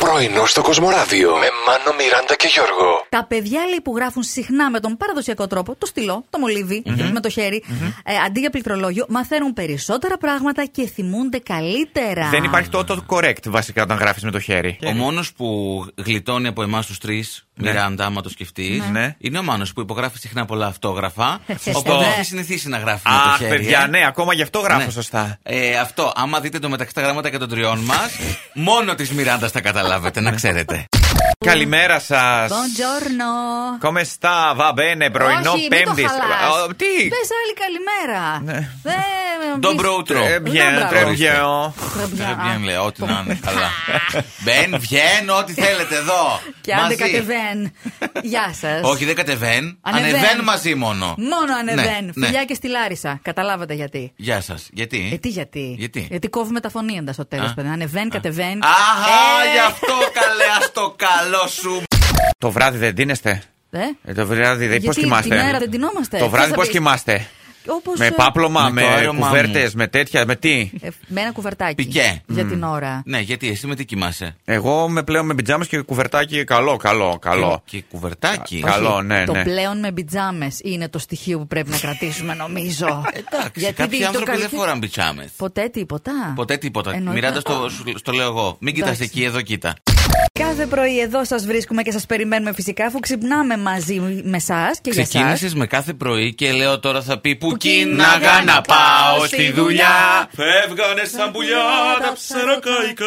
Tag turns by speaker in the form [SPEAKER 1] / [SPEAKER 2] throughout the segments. [SPEAKER 1] Πρωινό στο Κοσμοράδιο με Μάνο, Μιράντα και Γιώργο.
[SPEAKER 2] Τα παιδιά λέει, που γράφουν συχνά με τον παραδοσιακό τρόπο, το στυλό, το μολυβι με το χερι ε, αντί για πληκτρολόγιο, μαθαίνουν περισσότερα πράγματα και θυμούνται καλύτερα.
[SPEAKER 3] Δεν υπάρχει το auto correct βασικά όταν γράφεις με το χέρι.
[SPEAKER 4] Ο μόνος που γλιτώνει από εμάς τους τρεις,
[SPEAKER 3] Ναι.
[SPEAKER 4] Μιράντα, άμα το σκεφτείς,
[SPEAKER 3] Ναι.
[SPEAKER 4] είναι ο Μάνος που υπογράφει συχνά πολλά αυτόγραφα.
[SPEAKER 2] Σωστό.
[SPEAKER 4] Οπότε
[SPEAKER 2] Ναι.
[SPEAKER 4] έχει συνηθίσει να γράφει με το
[SPEAKER 3] Αχ,
[SPEAKER 4] χέρι.
[SPEAKER 3] παιδιά,
[SPEAKER 4] ε.
[SPEAKER 3] ναι, ακόμα γι' αυτό γράφω
[SPEAKER 4] Ναι.
[SPEAKER 3] σωστά.
[SPEAKER 4] Ε, αυτό, άμα δείτε το μεταξύ τα γράμματα και των τριών μας, μόνο της Μιράντας τα καταλάβετε,
[SPEAKER 2] Ναι.
[SPEAKER 4] να ξέρετε.
[SPEAKER 3] Καλημέρα σας.
[SPEAKER 2] Buongiorno.
[SPEAKER 3] Come sta, va bene, πρωινό
[SPEAKER 2] Όχι, μην το
[SPEAKER 3] Πέμπτη.
[SPEAKER 2] χαλάς.
[SPEAKER 3] Τι.
[SPEAKER 2] Πες άλλη καλημέρα.
[SPEAKER 4] Ναι.
[SPEAKER 2] Δεν-
[SPEAKER 4] Dobro
[SPEAKER 3] Ε,
[SPEAKER 4] outro.
[SPEAKER 3] bien,
[SPEAKER 2] μπράβο. Ε,
[SPEAKER 3] très bien.
[SPEAKER 2] Χρεμπιά.
[SPEAKER 4] Δεν Ε, βγαίνει, λέω, ό,τι να είναι καλά. Μπεν, βγαίνω, ό,τι θέλετε εδώ.
[SPEAKER 2] Και άντε
[SPEAKER 4] Μαζί.
[SPEAKER 2] κατεβέν. Γεια σας.
[SPEAKER 4] Όχι, δεν κατεβαίνει.
[SPEAKER 2] Ανεβαίνει.
[SPEAKER 4] Ανεβαίνει μαζί μόνο.
[SPEAKER 2] Μόνο ανεβέν.
[SPEAKER 4] Ναι,
[SPEAKER 2] Φιλιά
[SPEAKER 4] ναι.
[SPEAKER 2] και στη Λάρισα. Καταλάβατε γιατί.
[SPEAKER 4] Γεια σας. Γιατί.
[SPEAKER 2] Ε, τι γιατί.
[SPEAKER 4] Γιατί?
[SPEAKER 2] κόβουμε τα φωνήεντα στο τέλος,
[SPEAKER 4] Α.
[SPEAKER 2] παιδιά. Ανεβέν, κατεβέν.
[SPEAKER 4] Αχα,
[SPEAKER 2] Ε,
[SPEAKER 4] γι' αυτό καλέ, ας το καλό σου.
[SPEAKER 3] Το βράδυ δεν τίνεστε.
[SPEAKER 2] ε,
[SPEAKER 3] Ε, το βράδυ δεν.
[SPEAKER 2] Γιατί
[SPEAKER 3] Πώ κοιμάστε.
[SPEAKER 2] τη μέρα δεν τεινόμαστε.
[SPEAKER 3] Το
[SPEAKER 2] Ποιος
[SPEAKER 3] βράδυ
[SPEAKER 2] θα
[SPEAKER 3] πώς
[SPEAKER 2] πει-
[SPEAKER 3] κοιμάστε.
[SPEAKER 2] Όπως,
[SPEAKER 3] Με
[SPEAKER 2] ε,
[SPEAKER 3] πάπλωμα,
[SPEAKER 4] Με το
[SPEAKER 3] με
[SPEAKER 4] άρωμά μου.
[SPEAKER 3] κουβέρτες, με τέτοια, με τι.
[SPEAKER 2] ε, με ένα κουβερτάκι.
[SPEAKER 4] Πικέ.
[SPEAKER 2] Για την ώρα.
[SPEAKER 4] Ναι, γιατί εσύ με τι κοιμάσαι.
[SPEAKER 3] Εγώ με πλέον με πιτζάμες και κουβερτάκι. Καλό, καλό,
[SPEAKER 2] Ε,
[SPEAKER 3] καλό.
[SPEAKER 4] Και, και κουβερτάκι.
[SPEAKER 3] Κα- καλό.
[SPEAKER 2] Όχι,
[SPEAKER 3] ναι,
[SPEAKER 2] το
[SPEAKER 3] ναι.
[SPEAKER 2] πλέον με πιτζάμες είναι το στοιχείο που πρέπει να κρατήσουμε, νομίζω.
[SPEAKER 4] Ε, Εντάξει,
[SPEAKER 2] Γιατί
[SPEAKER 4] κάποιοι
[SPEAKER 2] το
[SPEAKER 4] άνθρωποι δεν
[SPEAKER 2] καλοκαίρι-
[SPEAKER 4] φοράνε πιτσάμε.
[SPEAKER 2] Ποτέ τίποτα.
[SPEAKER 4] Ποτέ τίποτα.
[SPEAKER 2] Εννοείται.
[SPEAKER 4] Μιράντα, στο, σου- στο λέω εγώ. Μην κοιτάς
[SPEAKER 2] Εντάξει.
[SPEAKER 4] εκεί, εδώ κοίτα.
[SPEAKER 2] Κάθε πρωί εδώ σας βρίσκουμε και σας περιμένουμε φυσικά, αφού ξυπνάμε μαζί με εσά και για εσά.
[SPEAKER 4] Ξεκίνησες με κάθε πρωί και λέω τώρα θα πει Που
[SPEAKER 2] Που
[SPEAKER 4] κίναγα να πάω στη δουλειά. Φεύγανε σαν πουλιά τα ψαροκαϊκά.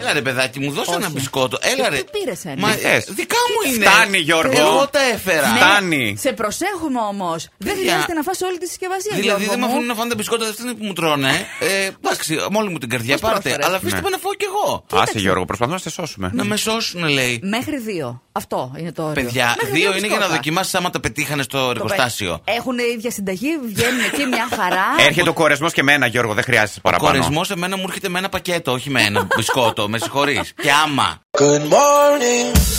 [SPEAKER 4] Έλα ρε παιδάκι μου, δώσε
[SPEAKER 2] Όχι.
[SPEAKER 4] ένα μπισκότο. Έλα
[SPEAKER 2] Τι-
[SPEAKER 4] ρε.
[SPEAKER 2] τι πήρες, ένα?
[SPEAKER 4] Μα ε,
[SPEAKER 3] Τι θες?
[SPEAKER 4] δικά μου είναι.
[SPEAKER 3] Φτάνει, Γιώργο.
[SPEAKER 4] Εγώ τα έφερα.
[SPEAKER 3] Ναι. Φτάνει.
[SPEAKER 2] Σε προσέχουμε όμως. Δεν
[SPEAKER 4] Παιδιά.
[SPEAKER 2] χρειάζεται να φας όλη τη συσκευασία.
[SPEAKER 4] Δηλαδή
[SPEAKER 2] Γιώργο
[SPEAKER 4] δεν με
[SPEAKER 2] μου.
[SPEAKER 4] αφήνουν να φάνε τα μπισκότα, δεν φτάνει που μου τρώνε. Ε, εντάξει, με όλη μου την καρδιά
[SPEAKER 2] Πώς
[SPEAKER 4] πάρτε.
[SPEAKER 2] πρόφερες.
[SPEAKER 4] Αλλά αφήστε
[SPEAKER 3] Ναι.
[SPEAKER 4] με να φάω κι εγώ.
[SPEAKER 3] Άσε Γιώργο, προσπαθώ να σε σώσουμε.
[SPEAKER 4] Να με σώσουν, λέει.
[SPEAKER 2] Μέχρι δύο. Αυτό είναι το όριο.
[SPEAKER 4] Παιδιά,
[SPEAKER 2] Ναι, Μέχρι
[SPEAKER 4] δύο είναι για να
[SPEAKER 2] μπισκότα.
[SPEAKER 4] δοκιμάσεις άμα τα πετύχανε στο
[SPEAKER 2] Το
[SPEAKER 4] εργοστάσιο.
[SPEAKER 2] πέ- Έχουν ίδια συνταγή, βγαίνουν εκεί μια χαρά.
[SPEAKER 4] Ε,
[SPEAKER 3] Έρχεται ο κορεσμός και εμένα, Γιώργο, δεν χρειάζεσαι παραπάνω.
[SPEAKER 4] Κορεσμός εμένα μου έρχεται με ένα πακέτο, όχι με ένα μπισκότο. με συγχωρείς. Και άμα.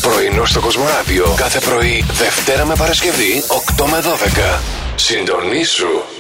[SPEAKER 1] Πρωινό στο Κοσμοράδιο κάθε πρωί, Δευτέρα με Παρασκευή, 8 με 12. Συντονίσου